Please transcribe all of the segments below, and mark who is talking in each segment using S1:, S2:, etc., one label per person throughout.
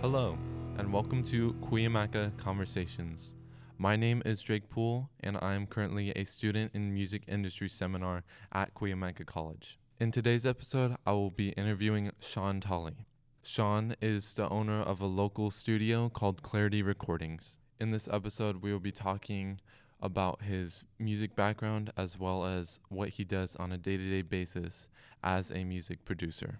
S1: Hello, and welcome to Cuyamaca Conversations. My name is Drake Poole, and I am currently a student in music industry seminar at Cuyamaca College. In today's episode, I will be interviewing Sean Tolley. Sean is the owner of a local studio called Clarity Recordings. In this episode, we will be talking about his music background as well as what he does on a day to day basis as a music producer.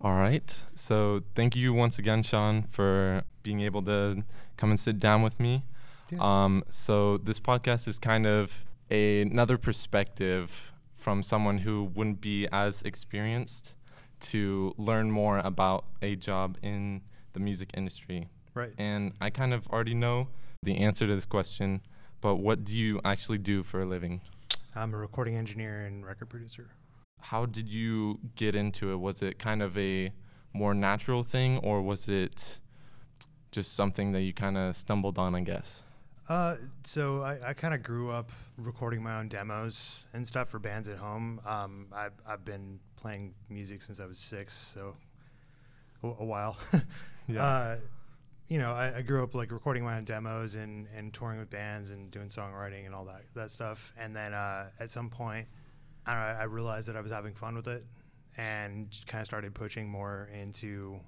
S1: All right. So thank you once again, Sean, for being able to come and sit down with me.
S2: Yeah.
S1: Um, so this podcast is kind of a- another perspective from someone who wouldn't be as experienced to learn more about a job in the music industry.
S2: Right.
S1: And I kind of already know the answer to this question, but what do you actually do for a living?
S2: I'm a recording engineer and record producer.
S1: How did you get into it? Was it kind of a more natural thing, or was it just something that you kind of stumbled on, I guess?
S2: Uh, so I, I kind of grew up recording my own demos and stuff for bands at home. Um, I've, I've been playing music since I was six, so a, a while.
S1: Yeah.
S2: Uh, you know, I, I grew up like recording my own demos and, and touring with bands and doing songwriting and all that, that stuff. And then uh, at some point, I, don't know, I realized that I was having fun with it and kind of started pushing more into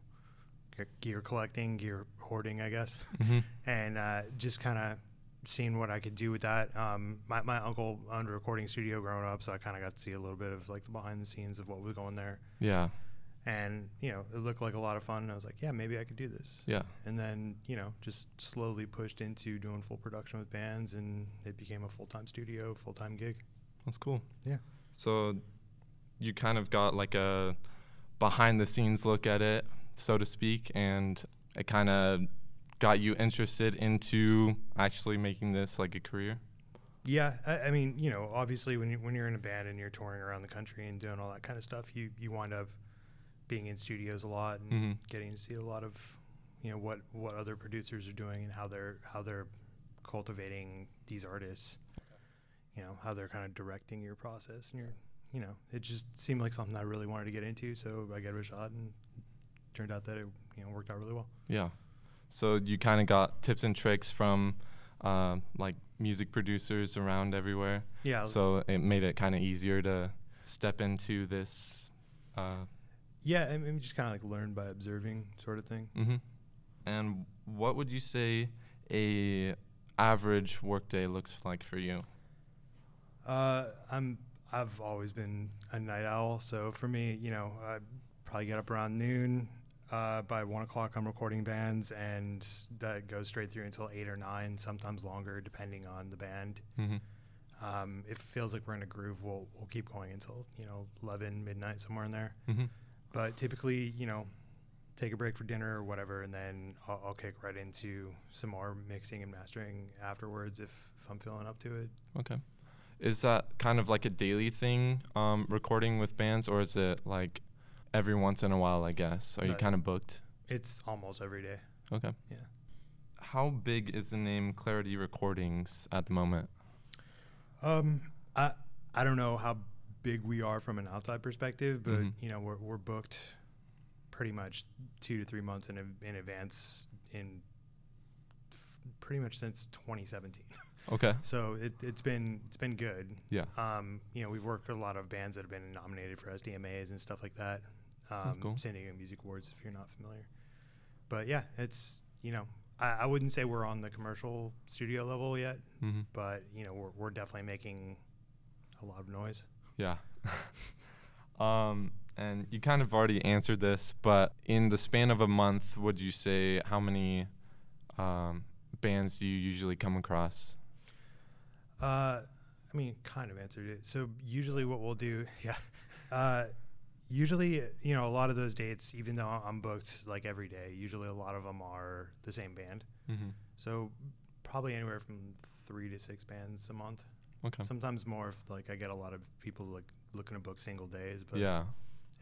S2: g- gear collecting, gear hoarding, I guess,
S1: Mhm.
S2: and uh, just kind of seeing what I could do with that. Um, my, my uncle owned a recording studio growing up, so I kind of got to see a little bit of like the behind the scenes of what was going there.
S1: Yeah,
S2: And, you know, it looked like a lot of fun. And I was like, yeah, maybe I could do this
S1: yeah,
S2: and then you know just slowly pushed into doing full production with bands and it became a full-time studio full-time gig
S1: that's cool.
S2: Yeah.
S1: So you kind of got like a behind the scenes look at it, so to speak, and it kind of got you interested into actually making this like a career.
S2: yeah I, I mean you know obviously when, you, when you're in a band and you're touring around the country and doing all that kind of stuff you you wind up being in studios a lot and
S1: Mhm.
S2: getting to see a lot of you know what what other producers are doing and how they're how they're cultivating these artists you know how they're kind of directing your process and your you know it just seemed like something i really wanted to get into so i gave it a shot and turned out that it you know worked out really well
S1: Yeah. So you kind of got tips and tricks from uh, like music producers around everywhere.
S2: yeah
S1: So it made it kind of easier to step into this. Uh,
S2: yeah i mean just kind of like learn by observing sort of thing
S1: mhm. And what would you say a average workday looks like for you?
S2: Uh, I'm I've always been a night owl, so for me, you know, I probably get up around noon. Uh, by one o'clock, I'm recording bands, and that goes straight through until eight or nine, sometimes longer, depending on the band.
S1: Mm-hmm.
S2: Um, if it feels like we're in a groove, we'll we'll keep going until you know eleven midnight somewhere in there.
S1: Mm-hmm.
S2: But typically, you know, take a break for dinner or whatever, and then I'll, I'll kick right into some more mixing and mastering afterwards if, if I'm feeling up to it.
S1: Okay. Is that kind of like a daily thing, um, recording with bands, or is it like every once in a while? I guess. Are you
S2: Uh,
S1: kind of booked?
S2: It's almost every day.
S1: Okay.
S2: Yeah.
S1: How big is the name Clarity Recordings at the moment?
S2: Um, I I don't know how big we are from an outside perspective, but
S1: Mhm.
S2: you know we're we're booked pretty much two to three months in ad- in advance in f- pretty much since 2017.
S1: Okay.
S2: So it it's been it's been good.
S1: Yeah.
S2: Um, you know we've worked with a lot of bands that have been nominated for SDMAs and stuff like that. Um,
S1: That's cool.
S2: San Diego Music Awards, if you're not familiar. But yeah, it's you know I, I wouldn't say we're on the commercial studio level yet
S1: Mm-hmm.
S2: but you know we're, we're definitely making a lot of noise
S1: Yeah. um, and you kind of already answered this, but in the span of a month, would you say how many um, bands do you usually come across?
S2: uh i mean kind of answered it so usually what we'll do yeah uh usually you know a lot of those dates even though i'm booked like every day usually a lot of them are the same band
S1: Mm-hmm.
S2: so probably anywhere from three to six bands a month
S1: Okay.
S2: sometimes more if like i get a lot of people like looking to book single days but
S1: yeah.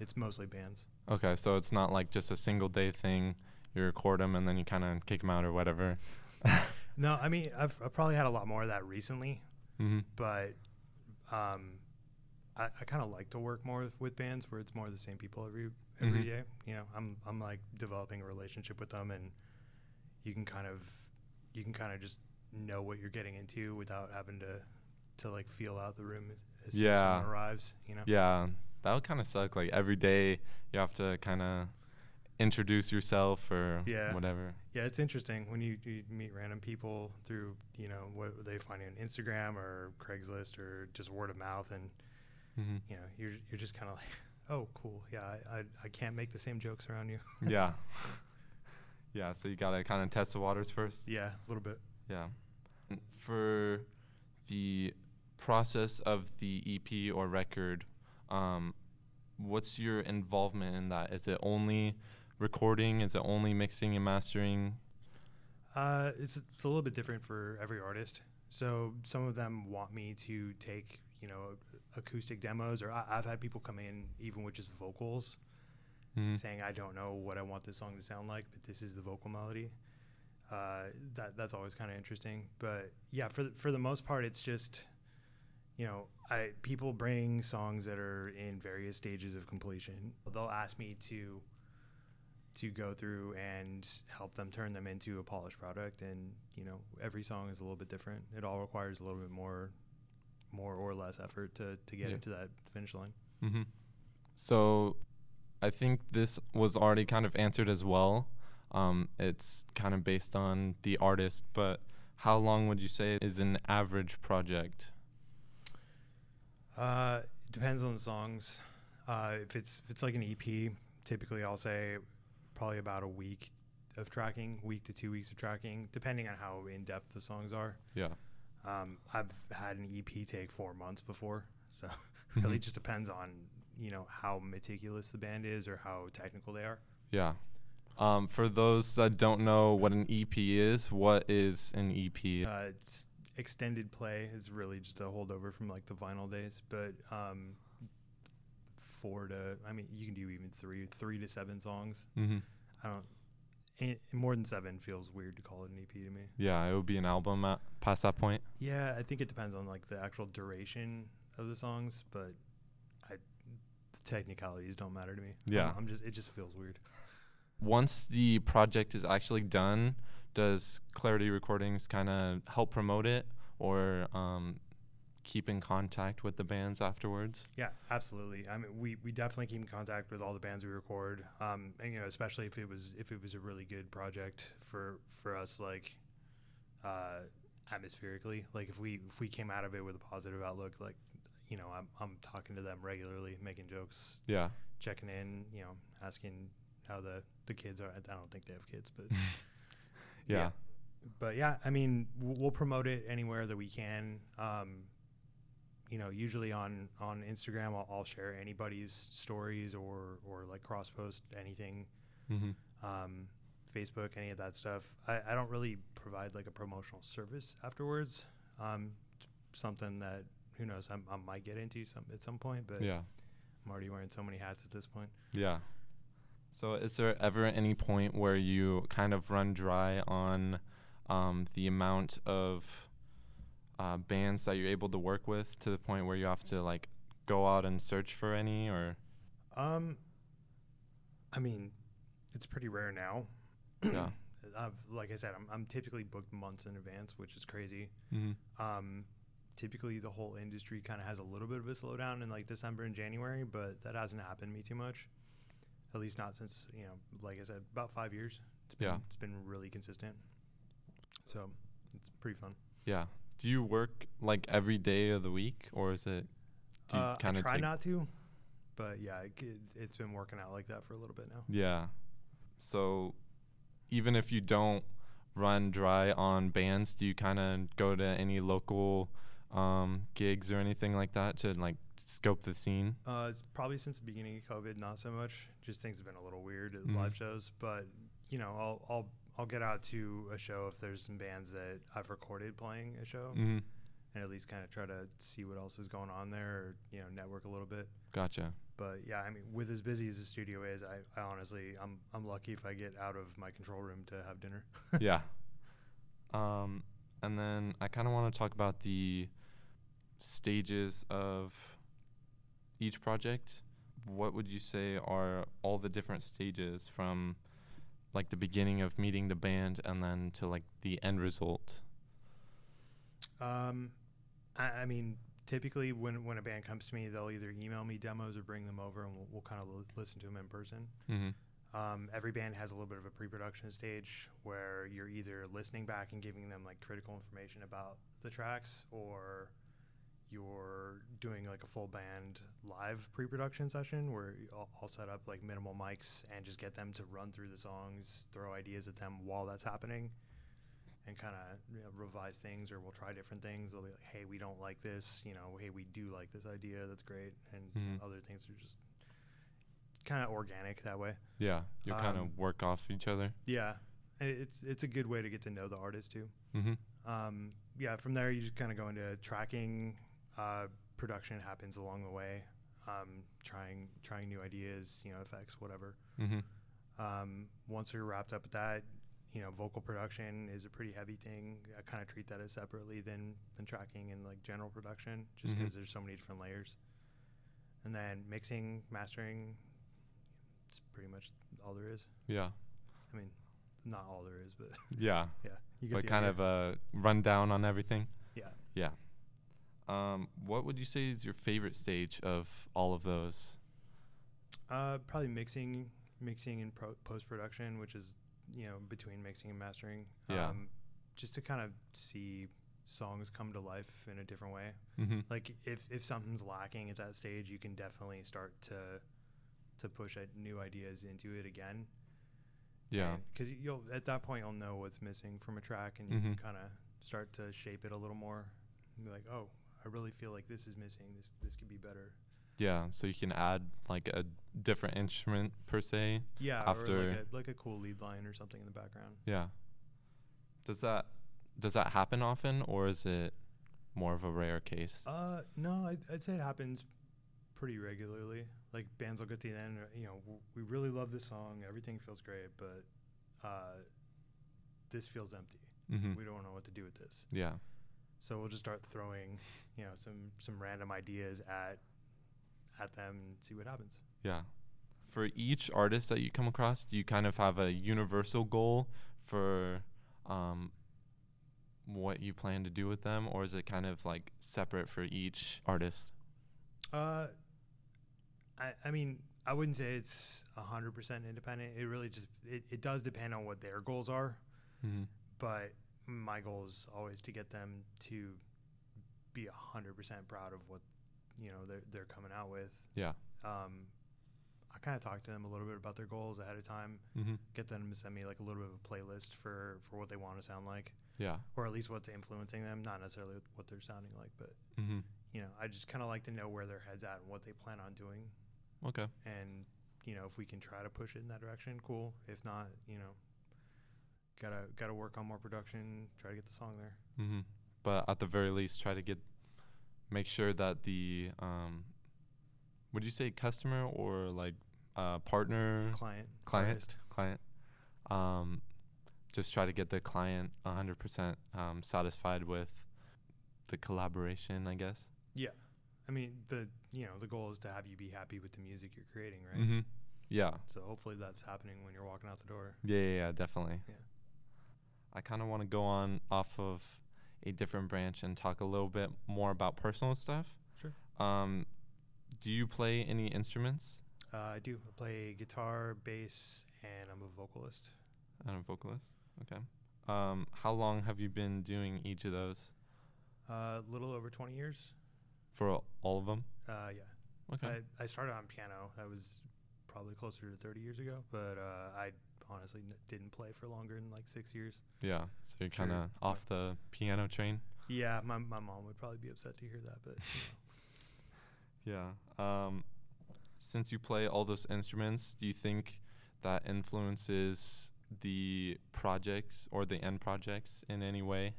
S2: it's mostly bands
S1: Okay. So it's not like just a single day thing. You record them and then you kind of kick them out or whatever.
S2: no i mean I've, I've probably had a lot more of that recently
S1: Mm-hmm.
S2: but um, I, I kind of like to work more with bands where it's more the same people every every
S1: Mhm.
S2: day. You know, I'm I'm like developing a relationship with them, and you can kind of you can kind of just know what you're getting into without having to to like feel out the room as, as soon as
S1: Yeah.
S2: someone arrives. You know.
S1: Yeah, that would kind of suck. Like every day you have to kind of introduce yourself or
S2: Yeah.
S1: whatever.
S2: Yeah, it's interesting when you, you meet random people through, you know, what they find on Instagram or Craigslist or just word of mouth, and
S1: hmm
S2: you know, you're you're just kind of like, oh, cool, yeah, I, I I can't make the same jokes around you.
S1: yeah. Yeah, so you got to kind of test the waters first.
S2: yeah, a little bit.
S1: Yeah. N- For the process of the EP or record, um, what's your involvement in that? Is it only recording? Is it only mixing and mastering?
S2: Uh, it's it's a little bit different for every artist. So some of them want me to take, you know, acoustic demos, or I, I've had people come in even with just vocals,
S1: Mhm.
S2: saying I don't know what I want this song to sound like, but this is the vocal melody. Uh, that that's always kind of interesting. But yeah, for the, for the most part, it's just you know I people bring songs that are in various stages of completion. They'll ask me to to go through and help them turn them into a polished product and you know every song is a little bit different it all requires a little bit more more or less effort to to get
S1: Yeah.
S2: into that finish line
S1: Mm-hmm. So I think this was already kind of answered as well. Um, it's kind of based on the artist, but how long would you say is an average project?
S2: Uh, it depends on the songs. Uh, if it's if it's like an EP, typically I'll say probably about a week of tracking, week to two weeks of tracking, depending on how in depth the songs are.
S1: Yeah.
S2: Um, I've had an EP take four months before, so really
S1: Mhm.
S2: just depends on you know how meticulous the band is or how technical they are.
S1: Yeah. Um, for those that don't know what an EP is, what is an E EP?
S2: Uh, it's extended play is really just a holdover from like the vinyl days, but um, four to I mean you can do even three three to seven songs.
S1: Mm-hmm.
S2: I don't. an- More than seven feels weird to call it an EP to me.
S1: Yeah, it would be an album at, past that point.
S2: Yeah, I think it depends on like the actual duration of the songs, but I the technicalities don't matter to me. I'm-
S1: Yeah.
S2: I'm, just it just feels weird.
S1: Once the project is actually done, does Clarity Recordings kind of help promote it or um, keep in contact with the bands afterwards?
S2: Yeah, absolutely. I mean, we we definitely keep in contact with all the bands we record, um, and you know, especially if it was if it was a really good project for for us, like uh, atmospherically, like if we if we came out of it with a positive outlook, like you know, I'm I'm talking to them regularly, making jokes,
S1: Yeah.
S2: checking in, you know, asking how the the kids are. I don't think they have kids, but
S1: Yeah.
S2: Yeah. but yeah, I mean, w- we'll promote it anywhere that we can. Um, you know, usually on on Instagram, I'll, I'll share anybody's stories or or like cross post anything,
S1: Mm-hmm.
S2: um, Facebook, any of that stuff. I, I don't really provide like a promotional service afterwards. Um, it's something that who knows I'm, I might get into some at some point, but
S1: Yeah.
S2: I'm already wearing so many hats at this point.
S1: Yeah. So is there ever any point where you kind of run dry on um, the amount of uh, bands that you're able to work with to the point where you have to like go out and search for any or
S2: Um, I mean, it's pretty rare now.
S1: yeah.
S2: I've, like I said, I'm, I'm typically booked months in advance, which is crazy.
S1: Mm-hmm.
S2: Um, typically, the whole industry kind of has a little bit of a slowdown in like December and January, but that hasn't happened to me too much. At least not since you know, like I said, about five years. It's been,
S1: Yeah.
S2: it's been really consistent. So it's pretty fun.
S1: Yeah. Do you work like every day of the week or is it do you
S2: Uh, I
S1: kinda
S2: try
S1: take-
S2: not to, but yeah, it, it, it's been working out like that for a little bit now.
S1: Yeah. So even if you don't run dry on bands, do you kind of go to any local um, gigs or anything like that to like scope the scene?
S2: Uh, it's probably since the beginning of COVID, not so much. Just things have been a little weird at
S1: Mhm.
S2: live shows, but you know, I'll I'll I'll get out to a show if there's some bands that I've recorded playing a show,
S1: Mm-hmm.
S2: and at least kind of try to see what else is going on there, or you know, network a little bit.
S1: Gotcha.
S2: But yeah, I mean, with as busy as the studio is, I, I honestly, I'm I'm lucky if I get out of my control room to have dinner.
S1: yeah. Um, and then I kind of want to talk about the stages of each project. What would you say are all the different stages from like the beginning of meeting the band and then to like the end result?
S2: Um, I, I mean, typically when, when a band comes to me, they'll either email me demos or bring them over, and we'll, we'll kind of l- listen to them in person.
S1: Mm-hmm.
S2: Um, every band has a little bit of a pre-production stage where you're either listening back and giving them like critical information about the tracks, or you're doing like a full band live pre-production session where you all, all set up like minimal mics and just get them to run through the songs, throw ideas at them while that's happening, and kind of you know, revise things or we'll try different things. They'll be like, "Hey, we don't like this," you know, "Hey, we do like this idea. That's great," and
S1: Mhm.
S2: other things are just kind of organic that way.
S1: Yeah, you kind
S2: Um,
S1: of work off each other.
S2: Yeah, and it's it's a good way to get to know the artist too.
S1: Mm-hmm.
S2: Um, yeah, from there you just kind of go into tracking. Uh, production happens along the way, um, trying trying new ideas, you know, effects, whatever.
S1: Mm-hmm.
S2: Um, once you're wrapped up with that, you know, vocal production is a pretty heavy thing. I kind of treat that as separately than than tracking and like general production, just
S1: Mhm.
S2: because there's so many different layers. And then mixing, mastering, it's pretty much all there is.
S1: Yeah,
S2: I mean, not all there is, but
S1: yeah,
S2: yeah, you
S1: but
S2: the
S1: kind
S2: idea.
S1: of uh, a rundown on everything.
S2: yeah.
S1: Yeah. Um, what would you say is your favorite stage of all of those?
S2: Uh, probably mixing, mixing and pro- post production, which is you know between mixing and mastering. Um,
S1: Yeah.
S2: just to kind of see songs come to life in a different way.
S1: Mm-hmm.
S2: Like if if something's lacking at that stage, you can definitely start to to push it, new ideas into it again.
S1: Yeah.
S2: Because you'll at that point you'll know what's missing from a track, and you can
S1: Mhm.
S2: kind of start to shape it a little more. And be like, oh, I really feel like this is missing. This this could be better.
S1: Yeah. So you can add like a different instrument per se.
S2: Yeah, or like
S1: After-
S2: a, like a cool lead line or something in the background.
S1: Yeah. Does that does that happen often, or is it more of a rare case?
S2: Uh, no, I'd, I'd say it happens pretty regularly. Like bands will get to the end, uh, you know, w- we really love this song, everything feels great, but uh, this feels empty.
S1: Mm-hmm.
S2: We don't know what to do with this,
S1: Yeah.
S2: so we'll just start throwing, you know, some some random ideas at at them and see what happens.
S1: Yeah. For each artist that you come across, do you kind of have a universal goal for um, what you plan to do with them, or is it kind of like separate for each artist?
S2: Uh, I I mean. I wouldn't say it's hundred percent independent. It really just it, it does depend on what their goals are.
S1: Mm-hmm.
S2: but my goal is always to get them to be 100% proud of what you know they're, they're coming out with
S1: Yeah.
S2: um, i kind of talk to them a little bit about their goals ahead of time
S1: Mm-hmm.
S2: get them to send me like a little bit of a playlist for for what they want to sound like
S1: Yeah.
S2: or at least what's influencing them not necessarily what they're sounding like but
S1: Mm-hmm.
S2: you know i just kind of like to know where their heads at and what they plan on doing
S1: Okay.
S2: and you know if we can try to push it in that direction cool if not you know gotta gotta work on more production try to get the song there
S1: Mm-hmm. But at the very least, try to get make sure that the um, would you say customer or like uh, partner
S2: client
S1: Client?
S2: artist.
S1: client um, just try to get the client 100% um, satisfied with the collaboration i guess
S2: i mean the you know the goal is to have you be happy with the music you're creating right
S1: mm-hmm. yeah.
S2: so hopefully that's happening when you're walking out the door
S1: yeah yeah yeah definitely
S2: Yeah.
S1: i kind of want to go on off of a different branch and talk a little bit more about personal stuff
S2: Sure.
S1: um, do you play any instruments
S2: uh, i do I play guitar bass and i'm a vocalist
S1: and a vocalist okay um, how long have you been doing each of those
S2: a Uh, little over 20 years
S1: for all of them
S2: uh, yeah
S1: okay
S2: I, I started on piano that was probably closer to 30 years ago but uh, i honestly n- didn't play for longer than like six years
S1: yeah so you're
S2: Sure.
S1: kind of off the piano train
S2: yeah my, my mom would probably be upset to hear that but
S1: Yeah. Um, since you play all those instruments, do you think that influences the projects or the end projects in any way?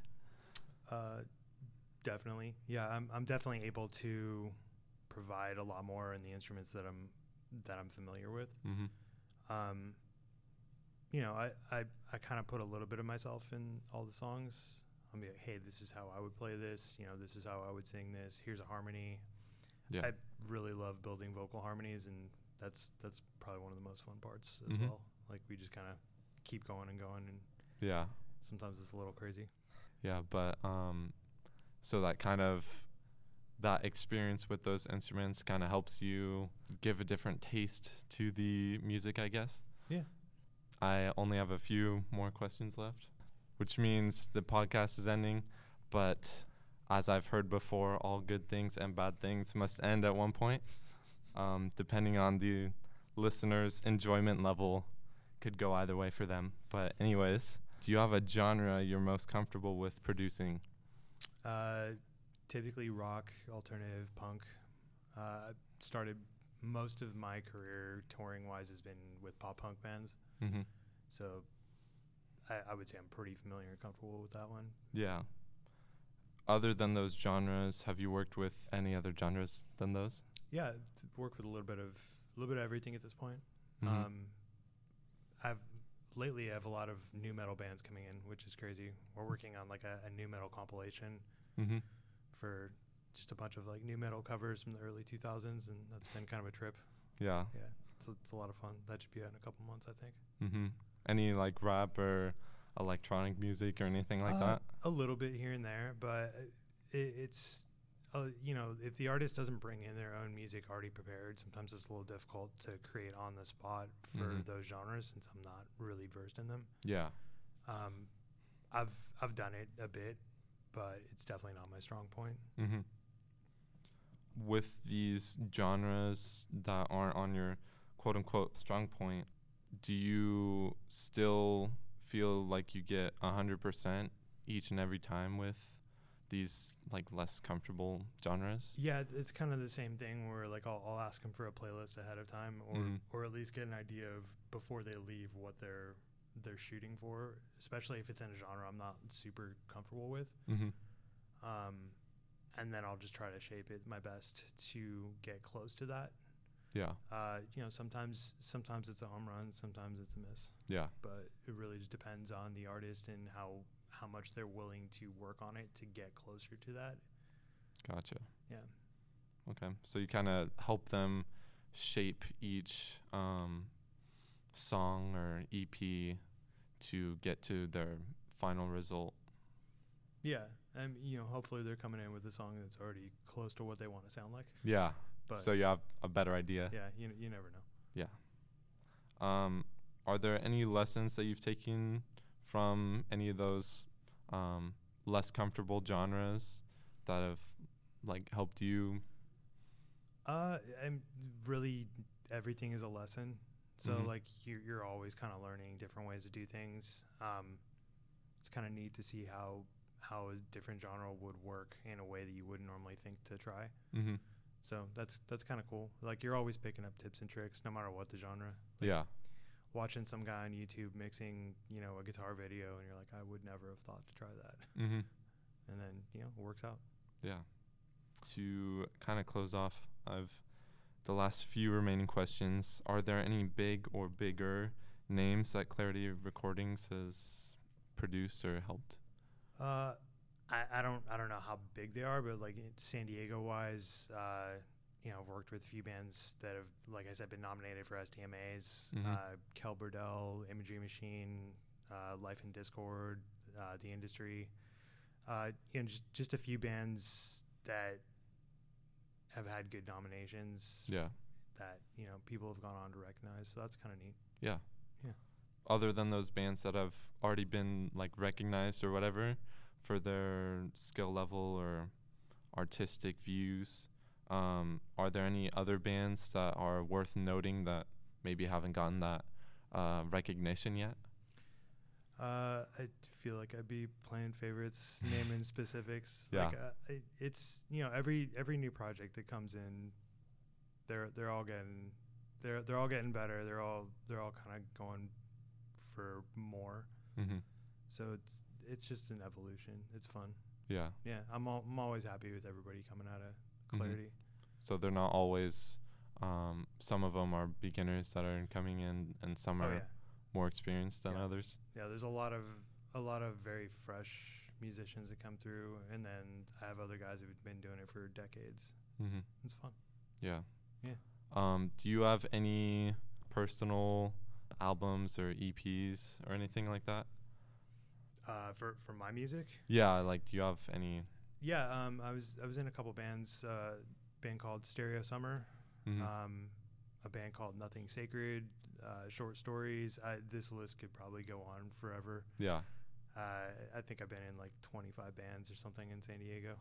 S2: Uh, definitely. Yeah, I'm I'm definitely able to provide a lot more in the instruments that I'm that I'm familiar with.
S1: Mm-hmm.
S2: Um, you know, I I, I kind of put a little bit of myself in all the songs. I'm like, hey, this is how I would play this. You know, this is how I would sing this. Here's a harmony.
S1: Yeah.
S2: I really love building vocal harmonies, and that's that's probably one of the most fun parts as
S1: Mhm.
S2: well. Like we just kind of keep going and going, and
S1: Yeah.
S2: sometimes it's a little crazy.
S1: Yeah, but um so that kind of that experience with those instruments kind of helps you give a different taste to the music, I guess.
S2: Yeah.
S1: I only have a few more questions left, which means the podcast is ending, but as I've heard before, all good things and bad things must end at one point. Um, depending on the listener's enjoyment level, could go either way for them. But, anyways, do you have a genre you're most comfortable with producing?
S2: Uh, typically rock, alternative, punk. Uh, I started most of my career touring wise has been with pop punk bands,
S1: Mm-hmm.
S2: so I, I would say I'm pretty familiar and comfortable with that one.
S1: Yeah. Other than those genres, have you worked with any other genres than those?
S2: Yeah, t- work with a little bit of a little bit of everything at this point.
S1: Mhm.
S2: Um, I've lately I have a lot of new metal bands coming in, which is crazy. We're working on like a, a new metal compilation
S1: Mhm.
S2: for just a bunch of like new metal covers from the early 2000s, and that's been kind of a trip.
S1: Yeah.
S2: Yeah, it's, it's a lot of fun. That should be out in a couple months, I think.
S1: Mm-hmm. Any like rap or electronic music or anything like
S2: Uh,
S1: that?
S2: A little bit here and there, but it, it's uh, you know if the artist doesn't bring in their own music already prepared, sometimes it's a little difficult to create on the spot for
S1: Mhm.
S2: those genres since I'm not really versed in them.
S1: Yeah.
S2: Um, I've I've done it a bit, but it's definitely not my strong point.
S1: Mm-hmm. With these genres that aren't on your quote unquote strong point, do you still feel like you get a 100% each and every time with these like less comfortable genres?
S2: Yeah, it- it's kind of the same thing where like I'll, I'll ask them for a playlist ahead of time, or
S1: Mhm.
S2: or at least get an idea of before they leave what they're they're shooting for, especially if it's in a genre I'm not super comfortable with.
S1: Mm-hmm.
S2: Um, and then I'll just try to shape it my best to get close to that.
S1: Yeah.
S2: Uh, you know, sometimes sometimes it's a home run, sometimes it's a miss,
S1: Yeah.
S2: but it really just depends on the artist and how how much they're willing to work on it to get closer to that.
S1: Gotcha.
S2: Yeah.
S1: Okay. So you kind of help them shape each um, song or EP to get to their final result.
S2: Yeah, and you know, hopefully they're coming in with a song that's already close to what they want to sound like.
S1: Yeah.
S2: But
S1: so you have a better idea.
S2: yeah, you you never know.
S1: Um, are there any lessons that you've taken from any of those um, less comfortable genres that have like helped you?
S2: Uh, and really, everything is a lesson. So
S1: Mhm.
S2: like you're you're always kind of learning different ways to do things. Um, it's kind of neat to see how how a different genre would work in a way that you wouldn't normally think to try.
S1: Mm-hmm.
S2: So that's that's kind of cool. Like you're always picking up tips and tricks, no matter what the genre. Like,
S1: Yeah.
S2: Watching some guy on YouTube mixing, you know, a guitar video, and you're like, I would never have thought to try that.
S1: Mm-hmm.
S2: And then you know, it works out.
S1: Yeah. To kind of close off of the last few remaining questions, are there any big or bigger names that Clarity Recordings has produced or helped?
S2: Uh, I, I don't I don't know how big they are, but like in San Diego wise, uh, you know, I've worked with a few bands that have, like I said, been nominated for SDMAs.
S1: Mhm.
S2: Uh, Kel Burdell, Imagery Machine, uh, Life in Discord, uh, The Industry. Uh, you know, just just a few bands that have had good nominations
S1: Yeah.
S2: that you know people have gone on to recognize. So that's kind of neat.
S1: Yeah.
S2: Yeah.
S1: Other than those bands that have already been like recognized or whatever for their skill level or artistic views, um, are there any other bands that are worth noting that maybe haven't gotten that uh, recognition yet?
S2: Uh, I feel like I'd be playing favorites, naming specifics. Like, uh, it, it's you know every every new project that comes in, they're they're all getting they're they're all getting better. They're all they're all kind of going for more.
S1: Mm-hmm.
S2: So it's it's just an evolution. It's fun.
S1: Yeah.
S2: Yeah, I'm all, I'm always happy with everybody coming out
S1: Mhm.
S2: of clarity.
S1: So they're not always. Um, some of them are beginners that are coming in, and some
S2: Oh
S1: are
S2: yeah,
S1: more experienced than
S2: Yeah.
S1: others.
S2: yeah. There's a lot of a lot of very fresh musicians that come through, and then I have other guys who've been doing it for decades.
S1: Mm-hmm.
S2: It's fun.
S1: Yeah.
S2: Yeah.
S1: Um, do you have any personal albums or EPs or anything like that?
S2: Uh, for for my music,
S1: Yeah, like do you have any?
S2: yeah, um, I was I was in a couple bands. Uh, band called Stereo Summer.
S1: Mhm.
S2: Um, a band called Nothing Sacred. Uh, short stories. I, this list could probably go on forever.
S1: yeah,
S2: Uh, I think I've been in like 25 bands or something in San Diego.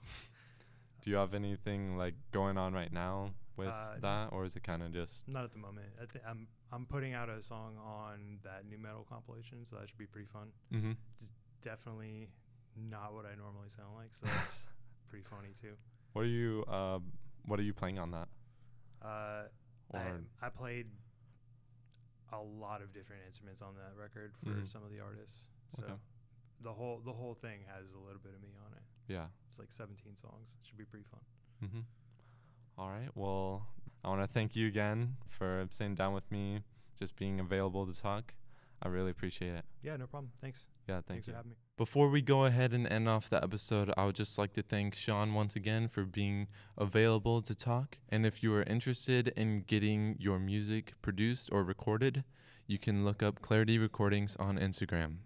S1: do you have anything like going on right now with
S2: Uh,
S1: that, or is it kind of just
S2: Not at the moment. I th- I'm I'm putting out a song on that new metal compilation, so that should be pretty fun.
S1: hmm
S2: Definitely not what I normally sound like, so that's pretty funny too.
S1: What are you? Uh, what are you playing on that?
S2: Uh, I,
S1: Or
S2: I played a lot of different instruments on that record for
S1: Mhm.
S2: some of the artists. So
S1: Okay.
S2: the whole the whole thing has a little bit of me on it.
S1: yeah.
S2: It's like 17 songs. It should be pretty fun.
S1: Mm-hmm. All right. Well, I want to thank you again for sitting down with me, just being available to talk. I really appreciate it.
S2: Yeah, no problem. Thanks.
S1: Yeah, thank
S2: Thanks
S1: you.
S2: for having me.
S1: Before we go ahead and end off the episode, I would just like to thank Sean once again for being available to talk. And if you are interested in getting your music produced or recorded, you can look up Clarity Recordings on Instagram.